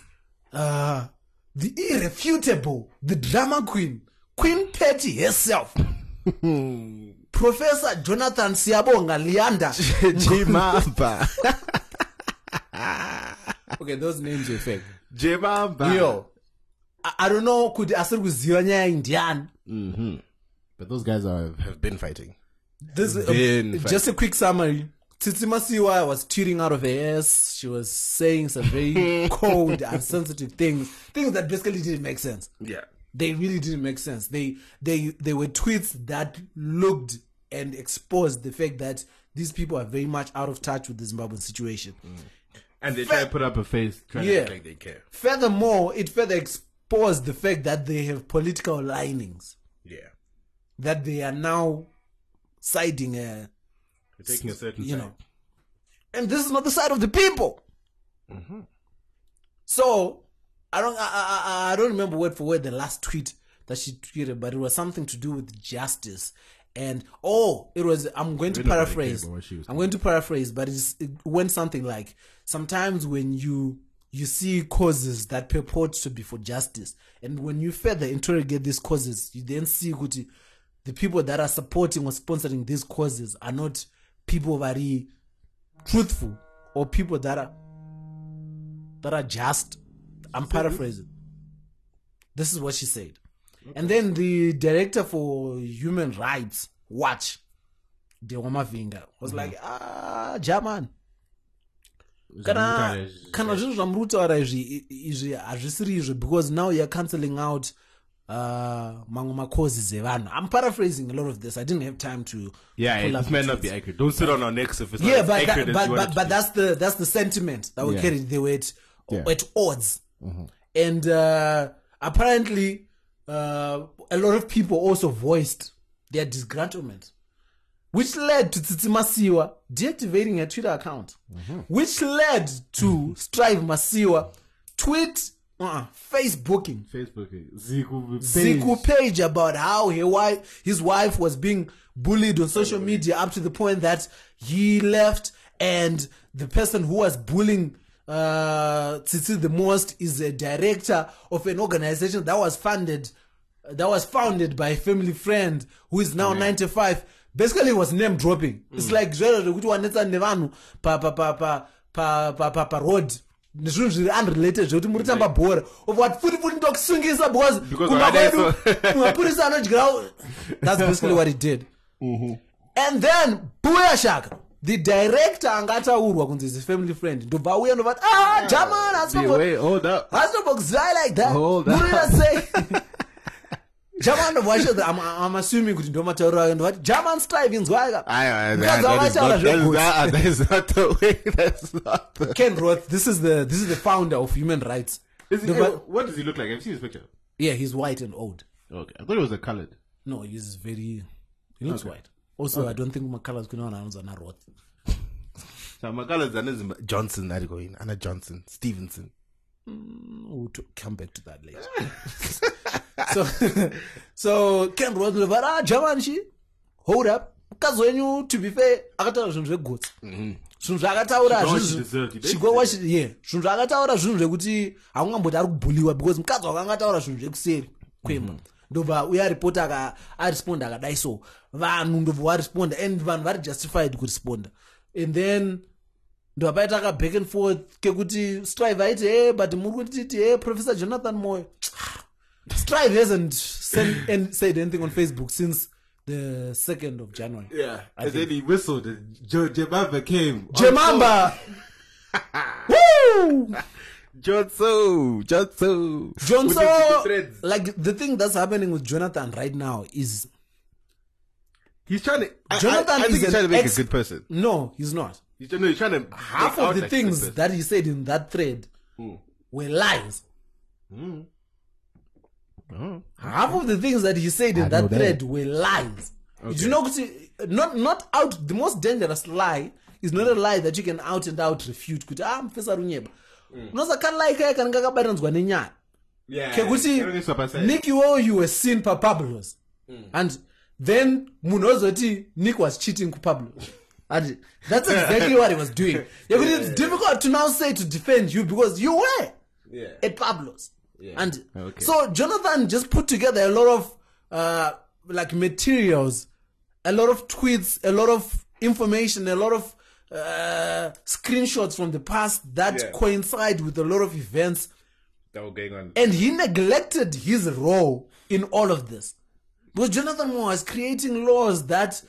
uh, the irrefutable, the drama queen, Queen Petty herself. Professor Jonathan Siabonga Lianda.
Jimamba.
okay, those names are fake.
Jimamba.
Yo. I, I don't know could asiri kuziva nyaya indian
But those guys are have been fighting.
this
Then,
uh, just a quick summary Tsitsi Masiwa was tearing out of her ass. She was saying some very cold, insensitive things, things that basically didn't make sense.
Yeah.
They really didn't make sense. They they they were tweets that looked and exposed the fact that these people are very much out of touch with the Zimbabwean situation.
And they try to put up a face trying
Yeah.
to act like they care.
Furthermore, it further exposed the fact that they have political linings
Yeah.
that they are now siding a
They're taking a certain
you
side.
know. And this is not the side of the people. So I don't I, I, I- I don't remember word for word the last tweet that she tweeted, but it was something to do with justice. And oh, it was I'm going to
Really nobody cared
paraphrase.
about what she was
I'm going to paraphrase, but it's, it went something like sometimes when you you see causes that purport to be for justice, and when you further interrogate these causes, you then see kuti the people that are supporting or sponsoring these causes are not people very truthful or people that are that are just. I'm paraphrasing. This is what she said. And then the director for Human Rights Watch, Dewa Mavinga, was
Mm-hmm.
like, ah, German. kana kana zvinhu zvamuri kutaura izvi i- izvi hazvisiri izvo because now youare cancelling out uh, mamwe macauses evanhu i'm paraphrasing a lot of this i didn't have time to
Yeah,
pull
it,
up
this might
the
not be
tweets.
accurate. Don't sit on our necks if it's
yeah
not
but,
as
that,
accurate as
but,
you
but,
want
but
it to
that's the that's the sentiment that we
Yeah.
carried they were at,
Yeah. Mm-hmm.
at odds and uh, apparently uh, a lot of people also voiced their disgruntlement which led to Tsitsi Masiwa deactivating her Twitter account,
Mm-hmm.
which led to Strive Masiwa tweet, uh, Facebooking,
be. Facebook. Ziku.
Ziku page about how he wife, his wife was being bullied on social media up to the point that he left and the person who was bullying uh, Tsitsi the Most is a director of an organization that was funded, that was founded by a family friend who is now 95. Basically, it was name dropping. It's like zvero zvekuti wanetsa nevanhu pa pa pa pa pa pa pa pa road nezvinhu zviri unrelated zvekuti muri tamba bhora of what futi futi ndokusungisa because
Because
kumba
wakadai so.
kwedu mapurisa anodyira that's basically what it did and then buya shaka the director angataurwa kunzi is a family friend ndobva auya ndobvati ah jaman
Wait, hold up.
hasinobokuzai like that
Hold up.
murira sei jaman ndobva ashothe i'm assuming kuti ndomatauriro ake ndobvati jaman striveinzwaika
I, I,
Because I
that,
might
is
tell
not,
us
that, is
your
not, that is not the way. That's not the.
ken roth this is the this is the founder of human rights
Is he,
Ndobva-
what does he look like? Have you seen his picture?
yeah he's white and old
Okay, I thought it was a colored.
no he's very he looks white also i don't think macolors kunoona anonzi ana roth
So my colors are Johnson. I go in Anna Johnson Stevenson.
we'll t- come back to that later. so, so Ken Roth was like, ah, German, she, hold up. Mukadzi wenyu to be fair akataura zvinhu zvegotsi zvinhu zvaakataura
She got what
zvinhu
she deserved, he
zve- she got what
basically
she- yeah. Zvinhu zvaakataura zvinhu zvekuti haungamboti ari kubhuliwa because mukadzi wakanga ataura zvinhu zvekuseri kwemba ndobva uya ripota aka- aresponda akadai so vanhu ndobva waresponda and vanhu vari justified kuresponda and then ndobva paita ka back and forth kekuti strive aiti e but muri kutiti e professor jonathan moyo strive hasn't sent and said anything on facebook since the 2nd of january
Yeah, and then he whistled. and Jo- Jemamba came.
jemamba Woo!
Johnson, Johnson,
John,
With
so
the- with the threads.
like the thing that's happening with Jonathan right now is
He's trying to. I,
Jonathan
I, I think
is
he's
an
trying to make
ex-
a good person.
no, he's not.
He's trying, no, he's trying to
Half
make out
of the
like a good
things
person.
that he said in that thread
Mm.
were lies.
Oh.
Half of the things that he said in
I know
that
that.
thread were lies. You know, 'cause, uh, not not out. The most dangerous lie is not a lie that you can out and out refute. Kuti ah, mfesa runyeba. Unoza kan lie kaya kanenge kabatanidzwa nenyaya.
Yeah, everything's Hmm. super
kekuti
sad.
nick iwowo you were seen papablos and then munhu ozoti nick was cheating kupablo and that's exactly what he was doing yekuti it's difficult to now say to defend you because you were
Yeah.
at pablos and
Okay.
so jonathan just put together a lot of uh, like materials a lot of tweets a lot of information a lot of uh, screenshots from the past that
Yeah.
coincide with a lot of events
that were going on.
and he neglected his role in all of this because jonathan Moore was creating laws that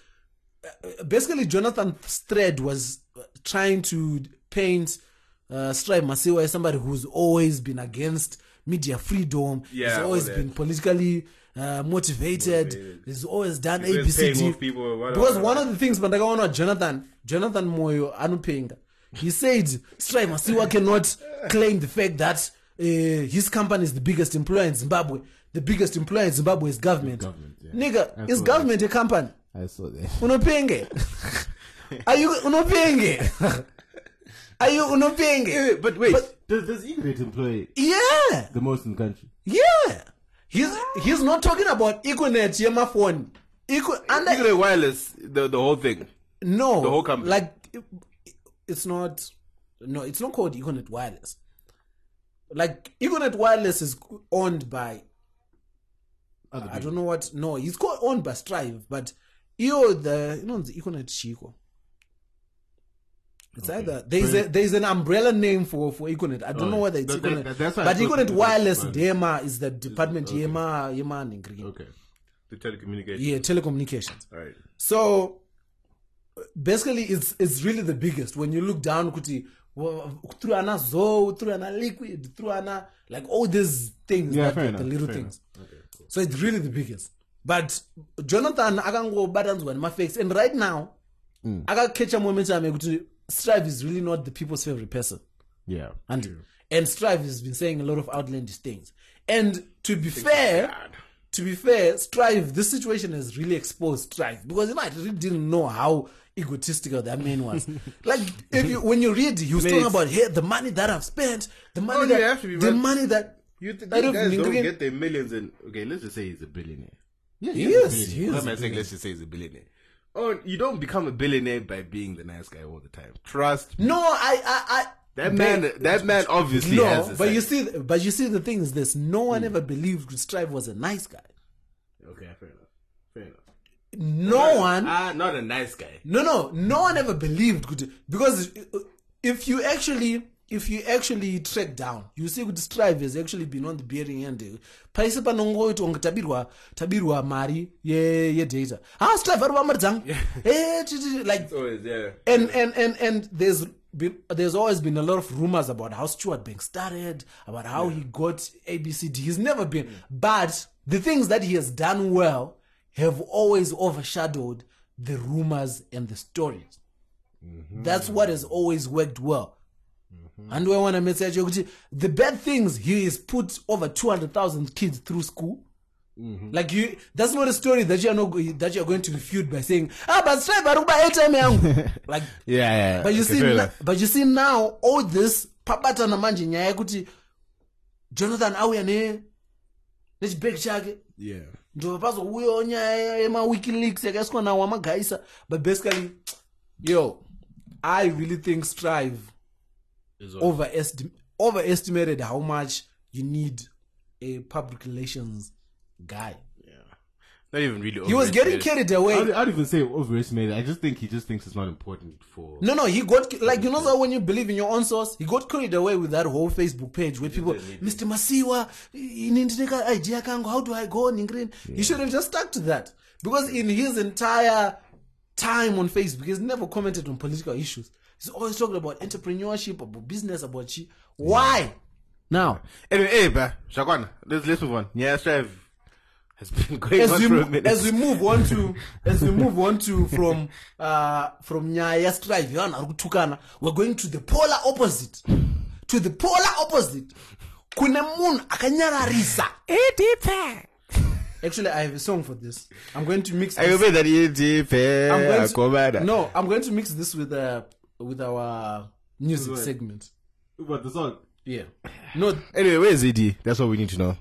uh, basically jonathan thread was uh, trying to paint uh, strive masiwa as somebody who's always been against media freedom
Yeah,
he's
all
always
that.
been politically uh, motivated. he's always done
He's always paying off
abct
people, whatever.
because one of the things pandakaona jonathan jonathan moyo anupenga he said strive masiwa cannot claim the fact that uh, his company is the biggest employer in zimbabwe the biggest employer in zimbabwe is government,
Government, yeah.
nigga is
Absolutely.
government a company
I saw that.
unopenge are you unopenge are you unopenge
But wait,
But-
does does Ingrid employ
yeah
the most in the country?
yeah he's he's not talking about equinet yemafoni Equi- under
Ingrid Wireless, the the whole thing.
No,
The whole company.
Like, it- it's not. No, it's not called Econet Wireless. Like Econet Wireless is owned by. I don't know what. No, it's called owned by Strive, but you the you know the Econet Chico. It's either there's a, there's an umbrella name for for Econet. I don't
Oh,
know whether it's
that- that-
Econet,
that- that's why I
but
thought
Econet
Econet
Wireless
was-
DEMA is the department Yema Yema and Ingrid.
Okay, the telecommunication.
Yeah, telecommunications.
All right.
So basically, it's it's really the biggest when you look down kuti well, through ana zo through ana liquid through ana like all these things
Yeah,
that-
fair
the
enough,
little
fair
things so it's really the biggest but jonathan akangobatanidzwa nemafakes and right now
Mm.
akakecha moment yame kuti strive is really not the people's favorite person
Yeah.
and and strive has been saying a lot of outlandish things and to be fair to be fair, Strive, this situation has really exposed Strive because you know, I really didn't know how egotistical that man was. like, if you, when you read, he was talking
Mate.
about hey, the money that I've spent, the money
Oh, you
that,
have to be,
the
man.
money that
You th-
I
these
don't
guys
think
don't
again-
get their millions and okay, let's just say he's a billionaire. Yeah,
He
a
is,
billionaire.
he is
What am
a
I saying? Let's just say he's a billionaire. Oh, you don't become a billionaire by being the nice guy all the time. Trust. me.
no, I, I, I,
That man, that man obviously has.
no,
a Hmm.
but you
second.
see, but you see, the thing is this: no one ever believed Strive was a nice guy.
Okay, fair enough. Fair enough.
No one,
Ah, not a nice guy.
no, no, no one ever believed good because if you actually, if you actually track down, you see, good Strive has actually been on the bearing end. Paisa panongoito onge tabirwa, tabirwa mari ye ye data. Ah, Strive aruwa marzang. Eh, t- t- like
Oh,
Always, yeah.
and and and and there's been, there's always been a lot of rumors about how Stuart Bank started, about how he got ABCD. He's never been, but the things that he has done well have always overshadowed the rumors and the stories. That's what has always worked well. And we want to message you. The bad things he is put over two hundred thousand kids through school. Like you, that's not a story that you are not go- that you are going to refute by saying, "Ah, but Strive Aruba ATM yangu." Like,
Yeah, yeah.
but you see, na, but you see now all this papata na manje nyaya yekuti Jonathan auya ne nechibheki chake
yeah.
ndopazouyawo nyaya yemawikileaks yakaiswa nawo amagaisa but basically yo i really think strive overestim overestimated how much you need a public relations guy
Not even really.
he was getting carried away
I'd, I'd even say overestimated. I just think he just thinks it's not important for.
No, no, he got like you know that when you believe in your own source, he got carried away with that whole Facebook page where people, Mr. Masiwa, inindineka idea kangu, how do I go on in green? He should have just stuck to that because in his entire time on Facebook, he's never commented on political issues. He's always talking about entrepreneurship, about business, about she. Why? Now,
Anyway, hey, bruh, Shakwana, let's let's move on. Yeah, Strive has been going
as
on
we,
for a
mo-
minute.
as we move on to as we move on to from uh from nyaya strive yevanhu vari kutukana we're going to the polar opposite to the polar opposite kune munhu akanyararisa actually i have a song for this i'm going to mix
I
this.
bet that you did
I'm
fair.
going
I go
to,
mad.
no i'm going to mix this with uh with our music
Right.
segment
but the song.
yeah no
Anyway, where is Ed? That's what we need to know.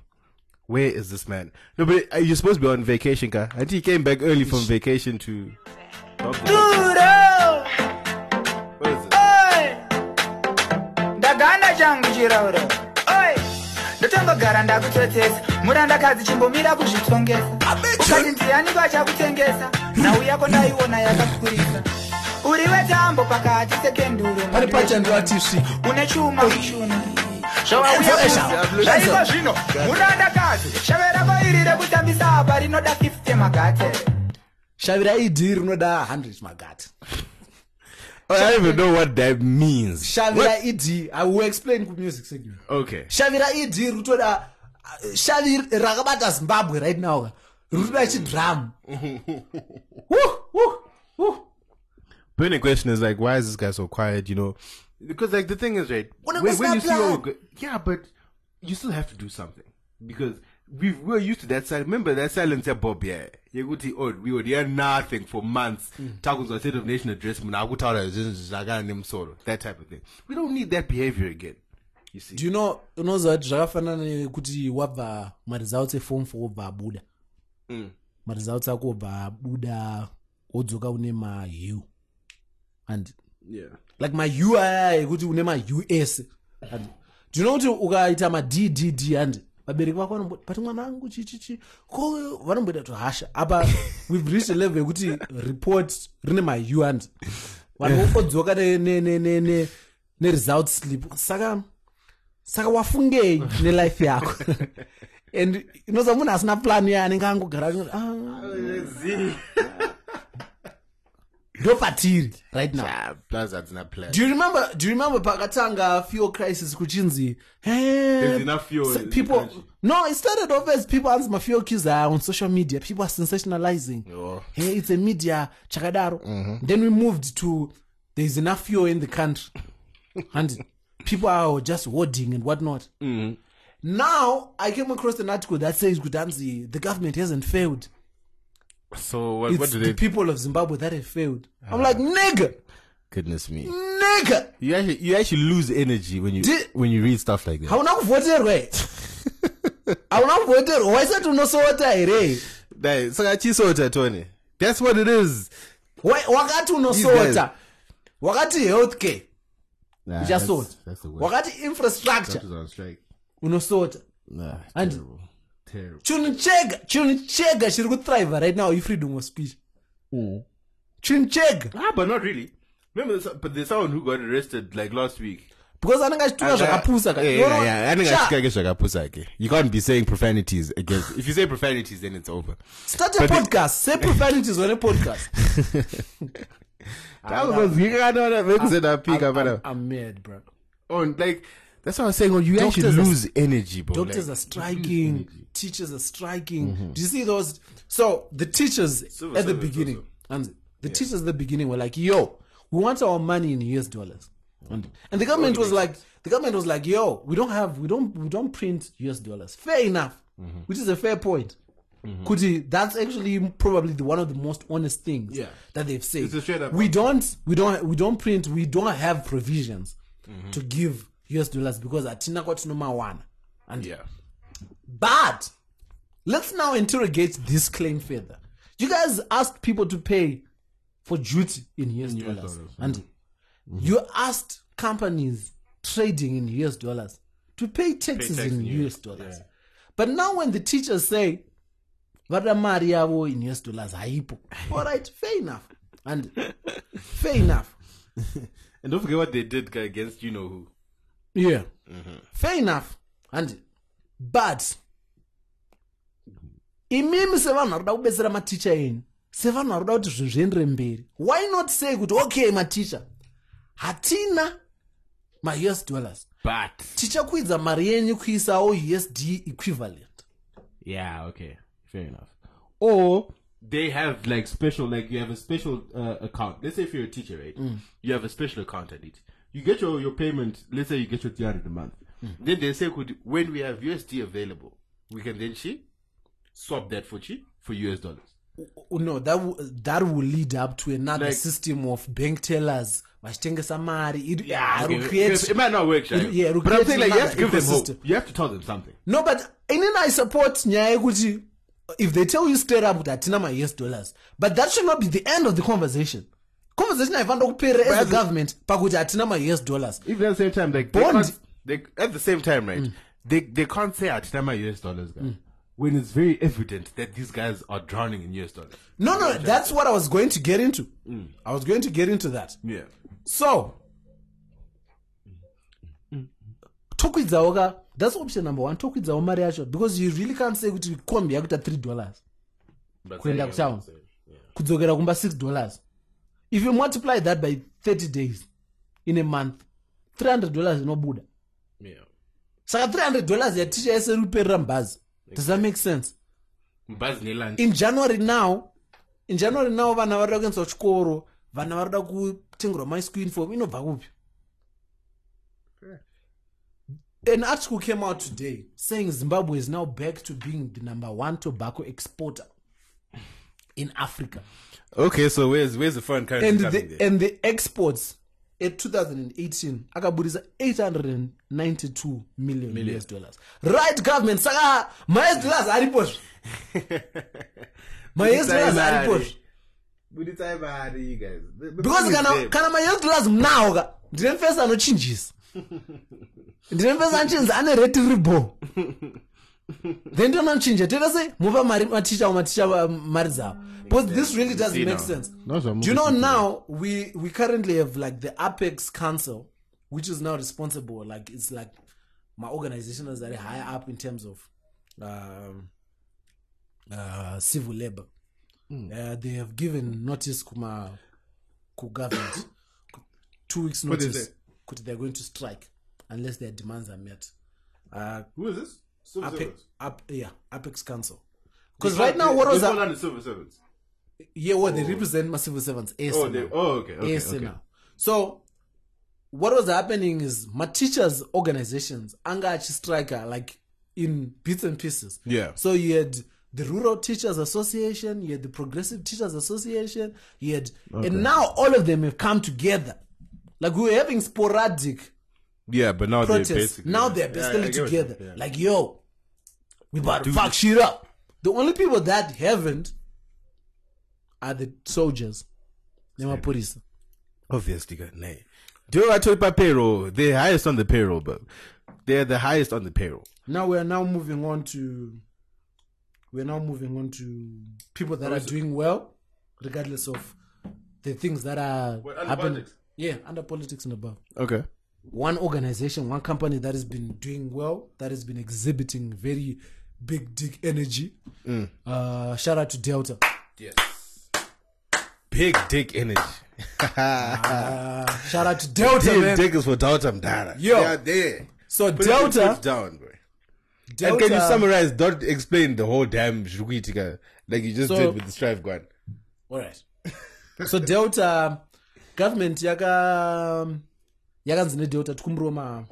Where is this man? No, but uh, you're supposed to be on vacation, car. I think he came back early from vacation to. What is it?
Oi! ndaganda changu chirauro oi ndotongogara ndakutsetsesa murandakadzi chimbomira kuzvitsongesa ukati ndianiko achakutengesa nhau yako ndaiona yakakurisa uri wetambo pakati sekenduro
pari pachandati svi
une chuma muchuna zvawauya
Enzo,
kuzi zvaiko zvino murandakadzi shaverako iri rekutambisa apa rinoda 50 magatere
shavira idhi rinoda 100 magati
Oh, I don't even know what that means.
shavira idhi i will explain kumusic segment
Okay.
shavira idhi riri kutoda shavi rakabata zimbabwe right now ka riri kuda chidhiramu
But the question is like, why is this guy so quiet? You know, because like the thing is, right?
When it
When,
was
when
not
you see all,
planned.
good- yeah, but you still have to do something because we were used to that silence. Remember that silence, yeah, Bob? Yeah, you go to oh, we would hear nothing for months. Talking to a state of nation address, man, I go tell her, "This is- I got a name solo, that type of thing. We don't need that behavior again. You see,
do you know unoziva kuti zvakafanana nekuti wabva maresults efom four wobva abuda maresults ako wobva abuda wodzoka une mahu and
yeah,
like mahu aya ekuti une maus and do you know kuti ukaita maddd and vabereki vako vanomboti bati mwana wangu chichichi ko vanomboita to hasha apa we've reached a level yekuti report rine mahu and vanhu odzoka ne- ne- ne- ne- ne- neresult slip saka saka wafungei nelife yako and inoza munhu asina plan iya anenge angogara achingoti, "Ah, ndo patiri right now
ah, that's that's not plan.
do you remember do you remember pakatanga fuel crisis kuchinzi "Eh,
There's enough fuel
so
in the
people
country."
no it started off as people answer my fuel cues are on social media people are sensationalizing
Oh. Mm-hmm.
hey it's a media chakadaro then we moved to there's enough fuel in the country and people are just hoarding and whatnot
Mm-hmm.
now i came across an article that says Gudanzi, the government hasn't failed
So what,
it's
what do
the
they? Ah.
people of zimbabwe that have failed i'm like nigga
Goodness me.
nigga
You actually you actually lose energy when you
Did-
when you read stuff like that.
hauna kuvhoterwa here hauna kuvhoterwa waisati unosota here
Dai, saka chisota Tony. That's what it is.
Wa- wakati
These guys.
unosota wakati health care
Nah,
uchasota
that's- that's the worst.
wakati infrastructure
Doctors are on strike.
unosota
Nah,
And-
terrible. Terrible.
chinhu chega chinhu chega chiri kuthrive right now ifreedom of speech
Hmm.
chinhu chega
Ah, but not really. Remember, the, but there's someone who got arrested like last week.
because anenge achituka zvakapusa ka-
Yeah,
You know,
Eh, yeah, yeah. I think
sha-
I should get Shakapusa again. You can't be saying profanities against. If you say profanities, then it's over.
start
But the-
apodcast seprofanities vanepodcast
That was you got on that pick up and
i'm mad bro
ah, on like that's what I'm saying. oh, You
Doctors
actually
are-
lose energy, bro.
doctors
like,
are striking teachers are striking do you see those so the teachers
Civil
at the
servants
beginning
also.
and the teachers at the beginning were like yo we want our money in us dollars and, and the government was like the government was like yo we don't have we don't we don't print us dollars fair enough which is a fair point Kuti, that's actually probably the, one of the most honest things
Yeah.
that they've said.
It's a straight up-
we don't, we don't, we don't print. We don't have provisions to give US dollars because atina kwatinomawana. And
yeah.
but let's now interrogate this claim further. You guys asked people to pay for duty in US
US
dollars.
dollars,
And you asked companies trading in US dollars to pay taxes
tax
in
in
US dollars. But now when the teachers say "Vada mari yavo in US dollars haipo. All right, fair enough. And fair enough.
And don't forget what they did against you know who.
Yeah.
Mhm.
Fair enough. And but imimi sevanhu varikuda kubetsera maticha enyu sevanhu varikuda kuti zvinhu zviendere mberi why not say kuti okay maticha hatina maus dollars
But
tichakwidza mari yenyu kuisawo usd E equivalent
yeah, okay, fair enough. Or they have like special, like you have a special uh, account. Let's say if you're a teacher, right? You have a special account at it. You get your your payment. Let's say you get your three hundred a month. Then they say, could when we have USD available, we can then she swap that for chi for US dollars.
Oh, no that, w- that will lead up to another
Like-
system of bank tellers vachitengesa mari it,
Yeah,
it'll
okay.
create-
it might not work, Shai.
it- yeah, it'll
but I'm saying
create
like you have to
another
give them hope.
ecosystem.
You have to tell them something.
no but inini i support nyaya yekuti if they tell you straight up kuti hatina maus dollars but that should not be the end of the conversation conversation haifanira kuperera as a
But-
government pakuti hatina maus dollars
Even at the same time, like
Bond.
They can't, they, at the same time,
Mm.
right? They they can't say "Ah, at time US dollars, guys. When it's very evident that these guys are drowning in US dollars.
no no that's what i was going to get into i was going to get into that
Yeah.
so tokwidzawo ka that's option number one tokwidzawo mari yacho because you really can't say kuti kombi yakuita three dollars Kwenda kutawa. kudzokera kumba 6 dollars if you multiply that by 30 days in a month 300 dollars inobuda
Yeah.
saka 300 dollars yaticha yese riperera mubhazi does that make sense
Buzz Neland.
in january now in january now vana varida kuendeswa kuchikoro vana varida kutengerwa maischool uniform inobva kupi an article came out today saying zimbabwe is now back to being the number one tobacco exporter in africa
Okay, so where's where's the foreign currency
and
coming
the,
there?
and the exports at 2018 akaburisa 892 million, million. us dollars right government saka maus dollars aripozve maus dollars aripozve because kana kana maus dollars munawo ka ndine mfesi anochinjisa ndine mfesi anochinjisa ane rate ribo then tonochinja toita sei mupa mari maticha umaticha uh, mari dzavo because this really doesn't make sense
No, sir,
do you know
moving
now we we currently have like the apex council which is now responsible like it's like my organization is very high up in terms of um, uh, civil labor
Hmm.
uh, they have given notice kuma ku government two weeks
What is
notice
it?
kuti they're going to strike unless their demands are met uh,
Who is this? Silver
apex,
Servants.
Ap- yeah apex council because right now what was
They fall
that
under Silver Servants.
yeah well they represent my civil servants
Oh,
ASNR.
they, oh, okay, okay,
yes
okay.
now. So what was happening is my teachers' organizations, Anga Striker, like in bits and pieces.
Yeah.
So you had the Rural Teachers Association, you had the Progressive Teachers Association, you had and now all of them have come together. Like we were having sporadic
Yeah, but now they're
protests.
basically
Now they're
Yeah,
basically
I get what you're
together.
saying, yeah.
Like, yo, we about to
do
fuck
this.
shit up. The only people that haven't are the soldiers. Nemapolisa.
obviously, guy, nay. Deoratoi payroll, they're highest on the payroll, but they're the highest on the payroll.
Now we are now moving on to we're now moving on to people that are doing well, regardless of the things that are
Well, under
happening.
politics.
Yeah, under politics and above.
Okay.
One organization, one company that has been doing well, that has been exhibiting very big dick energy.
Mm.
Uh, shout out to Delta.
Yes. Big dick energy.
Uh, shout out to Delta,
Big
man.
dick is for Delta Mdara.
Yo.
They are there.
So
Put your
Delta,
foot down, bro.
Delta,
And can you summarize, don't explain the whole damn Shrugitika like you just
So-
did with the Strive Guan?
Alright. so delta government yaka yakanzi nedelta tikumbiriwo ma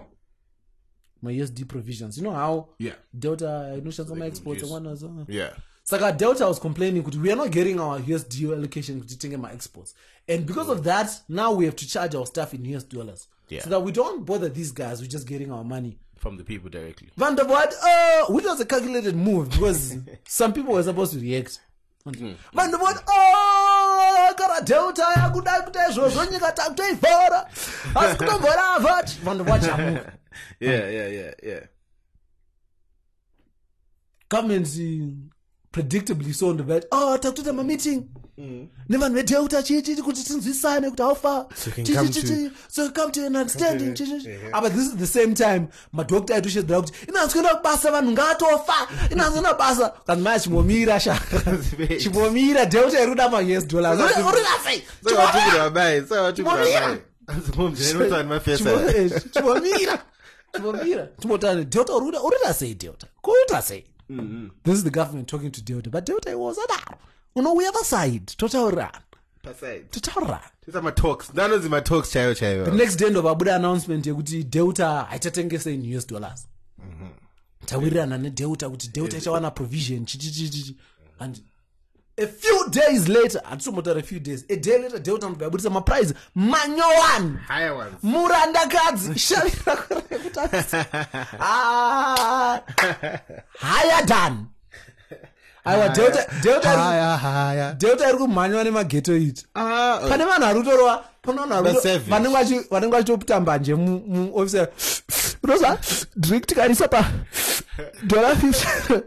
mausd provisions you know how
Yeah.
delta inoshandisa maexports
reduce.
amwana so
Yeah.
saka delta was complaining kuti we are not getting our usd allocation kuti titenge maexports and because of that now we have to charge our staff in us dollars
Yeah.
so that we don't bother these guys we're just getting our money
From the people directly.
Van der Vaart, oh, which was a calculated move because some people were supposed to react. Van der Vaart, oh, kara Delta yakuda kuita izvozvo nyika takutoivhara asi kutombora avhati Van der Vaart chamuka.
Yeah, yeah, yeah, yeah.
Government uh, predictably so on the bed. Oh, takutoita mameeting
Mm.
nevanhu vedelta chii chii kuti tinzwisane kuti haufa
can
Chii,
come
chii, chii,
to-
chii. so come to an understanding
Okay.
chii, chii, chii.
Yeah.
apa this is the same time madokta aitoshedzera kuti inhanzi kuenda kubasa vanhu ngavatofa inhanzi kuenda kubasa kanzi maya chingomira shaka chingomira delta iri kuda maus dollars Uri- uri kasei
So what you gonna buy? So what you gonna
Chibomira.
buy? Chibomira. my face.
eh, chingomira chingomira timbotaura delta uri kuda uri kuda sei delta kuita sei this is the government talking to delta but delta iwas adaro unouya vaside totaurirana
Aside.
totaurirana
These are my talks. That was my talks, chayo chayo.
Tota next day ndovabuda announcement yekuti delta haichatengese in us dollars tawirirana nedelta kuti delta ichawana provision chichichichichi and a few days later hatitombotaura few days a day later delta ndobva yabudisa maprize manyowani
Higher ones.
murandakadzi shavira Ah, higher than aiwa delta delta iri-
Higher, higher.
delta iri kumhanywa nemageto ita
Ah, okay.
pane vanhu ari kutorova pane vanhu ari kuto-
Vaservice.
vanenge vachi- vanenge vachitoputamba nje mu- muofisi ya- rosa drink tikarisa pa dollar 50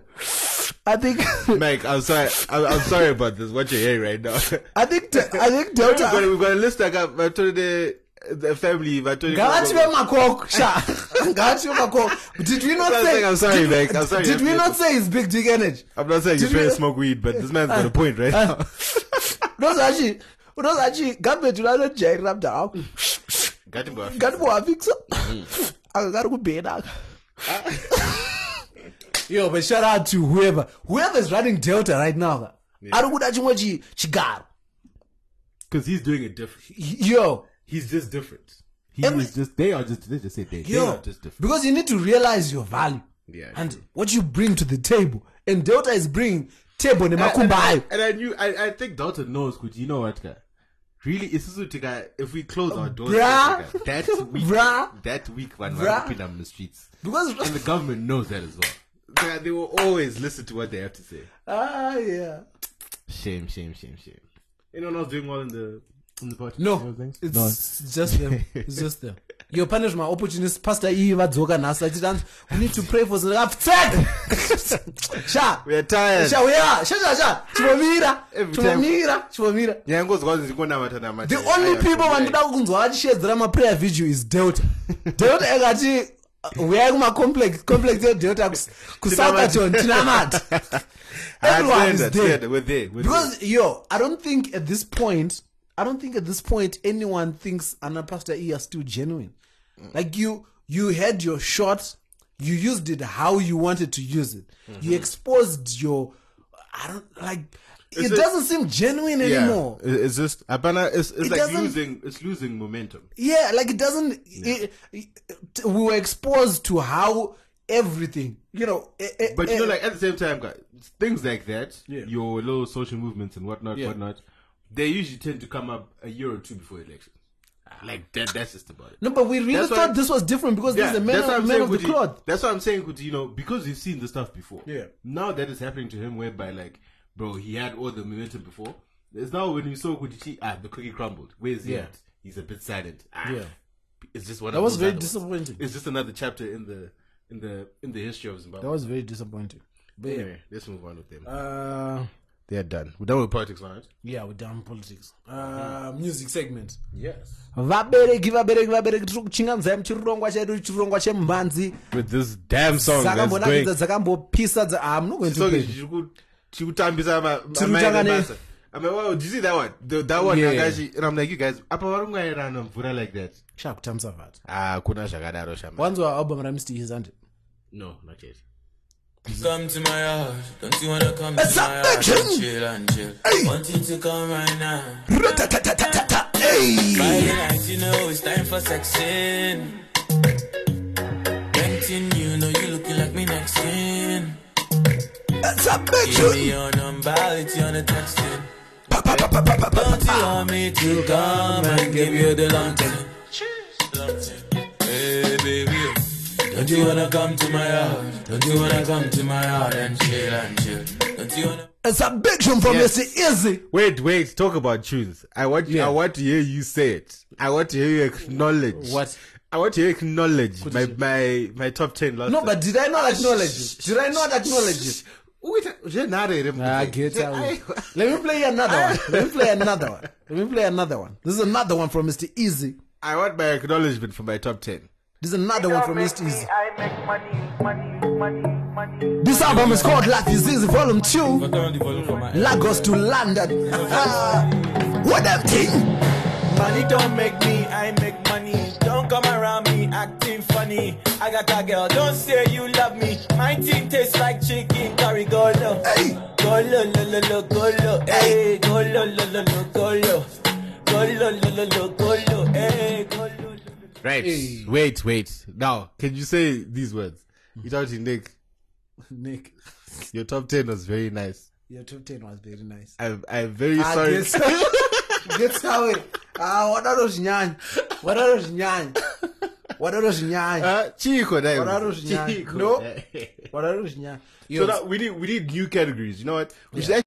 i think
Mike, I'm sorry. I'm, I'm sorry about this. What you're hearing right now.
i think i think
we've, got,
delta
we've got a list. I got my told the the family. My told
ngavachive makoko sha ngavachive makoko did we not
I'm
say
saying, I'm sorry,
did we-
Mike. I'm sorry.
did we not say it's big dick energy
I'm not saying you
Did we-
trying to smoke weed, but this man's got a point, right?
Ah. rosa achi rosa achi gavheti ranojairira mudharaku
got him, bro.
ngatiboafikisa
Mm.
aka kari kubhena aka
Ah.
yo but shout out to whoever whoever is running delta right now ka ari kuda chimwe chi- chigaro
Because he's doing it different.
yo
He's just different. He
Every- is
just. They are just. They just say they.
yo because you need to realize your value
Yeah,
and
true.
what you bring to the table and delta is bringing table
Eh,
nemakumba ayo
And I knew. I, I think Dalton knows. Because you know what, guy. Really, Isuzu tika, if we close our doors,
Bruh.
tika, that week,
Bruh.
that week when we're up
Bruh.
in the streets,
because
and the government knows that as well. They, they will always listen to what they have to say.
ah yeah
Shame, shame, shame, shame. Anyone else doing well in the in the party?
no it's just them it's just them yo pane zvima opportunist pastor iyi vadzoka nhasi vachiti anzi we need to pray for zvaapfeka sha
we are tired.
sha uya sha sha sha chivomira
Every time-
chivomira chivomira
Nyango zikwazi zikonamata namata.
the only people vandida kunzwa vachishedzera maprayer video is delta delta akati uyai kumacomplex complex yedelta kus- kusabaton tinamata everyone is there.
We're there. We're there.
Because yo, I don't think at this point, I don't think at this point anyone thinks Anna Pastor E are still genuine. Like you, you had your shot, you used it how you wanted to use it.
Mm-hmm.
You exposed your, I don't like. it
a-
doesn't seem genuine
Yeah.
anymore.
It- It's just Abana. It's, it's
It
like
doesn't-
losing. It's losing momentum.
Yeah, like it doesn't. It, it- we were exposed to how everything, you know. eh, eh,
But you know,
eh,
like at the same time, guys, things like that,
Yeah.
your little social movements and whatnot,
Yeah.
whatnot, they usually tend to come up a year or two before elections. Like that. That's just about it.
Ah. no, but we really
that's why-
thought this was different because
Yeah,
this is a man,
that's what
of,
I'm
man
saying,
of the
Kuti.
cloth.
That's what I'm saying, Kuti, you know, because we've seen the stuff before.
Yeah.
Now that is happening to him, whereby, like, bro, he had all the momentum before. It's now when we saw Kuti, ah, the cookie crumbled. Where's he
Yeah.
at? He's a bit silent. Ah,
Yeah.
It's just one.
That
of
was
those
very
other ones.
disappointing.
It's just another chapter in the in the in the history of Zimbabwe.
That was very disappointing. But yeah.
anyway, let's move on with them.
Uh,
They're done. We're done with politics, right?
yeah, we're done politics. Uh, music segment.
Yes.
vabereki vabereki vabereki tiri kuchinganzai muchirongwa chedu chirongwa chemhanzi
With this damn song that's going.
dzakambonakidza dzakambopisa
Song is
hamunogondi
Chiku- Chikutambisa ama-
Tirikutanga
Amaya
ne-
Nabasa. I'm like, wow, did you see that one? The- that one,
Yeah.
Nagashi. And I'm like, you guys, apa vari kungaerana mvura like that?
shakutambisa vata
Ah, hakuna zvakadaro shama.
wanzwa album ramist is handi
No, not yet.
Come to my house, don't you wanna come to
It's a
my house and
legend.
chill and chill? Want you to come right now.
Hey.
Friday night, you know it's time for sexing. Renting, you know you looking like me next in. Give me your number, it's your texting. Don't you want me to come and give you the long time? Hey baby, don't you wanna come to my house? Don't you wanna come to my house and chill and chill? Don't you wanna?
It's a big tune from
Yes.
Mr. Izzy.
Wait, wait. Talk about tunes. I want.
Yeah.
I want to hear you say it. I want to hear you acknowledge.
What?
I want to hear you acknowledge my, my my top ten. Last
No, but did I not acknowledge it? Did I not acknowledge it?
Wait, Renare,
Ah, get
Renare.
out.
I-
Let me play another one. Let me play another one. Let me play another one. This is another one from Mr. Easy.
I want my acknowledgement for my top ten.
This is another one from Mr. Easy.
I make money, money, money, money.
This album is called Life is Easy Volume 2
Turn the volume for my
Lagos to London. Ah, what up, thing?
Money don't make me, I make money. Don't come around me acting funny. I got a girl, don't say you love me. My thing tastes like chicken curry. Go low,
Hey.
go low, lo, lo, lo, go low, hey. Go low, lo, lo, lo, go low, go low, lo, lo, lo, go low, hey. Go low, lo, lo.
Right.
Hey.
Wait, wait. Now, can you say these words? It's out in Nick.
Nick,
Your top ten was very nice.
your top 10 was very nice.
I'm I'm very
Ah,
sorry.
Get get sawe. Ah, wadaro zvinyanyi. Wadaro zvinyanyi. Wadaro zvinyanyi.
Uh, Chico, that
What
was-
are those nyan-
Chico.
No. Wadaro zvinyanyi.
So now we need we need new categories. You know what? We should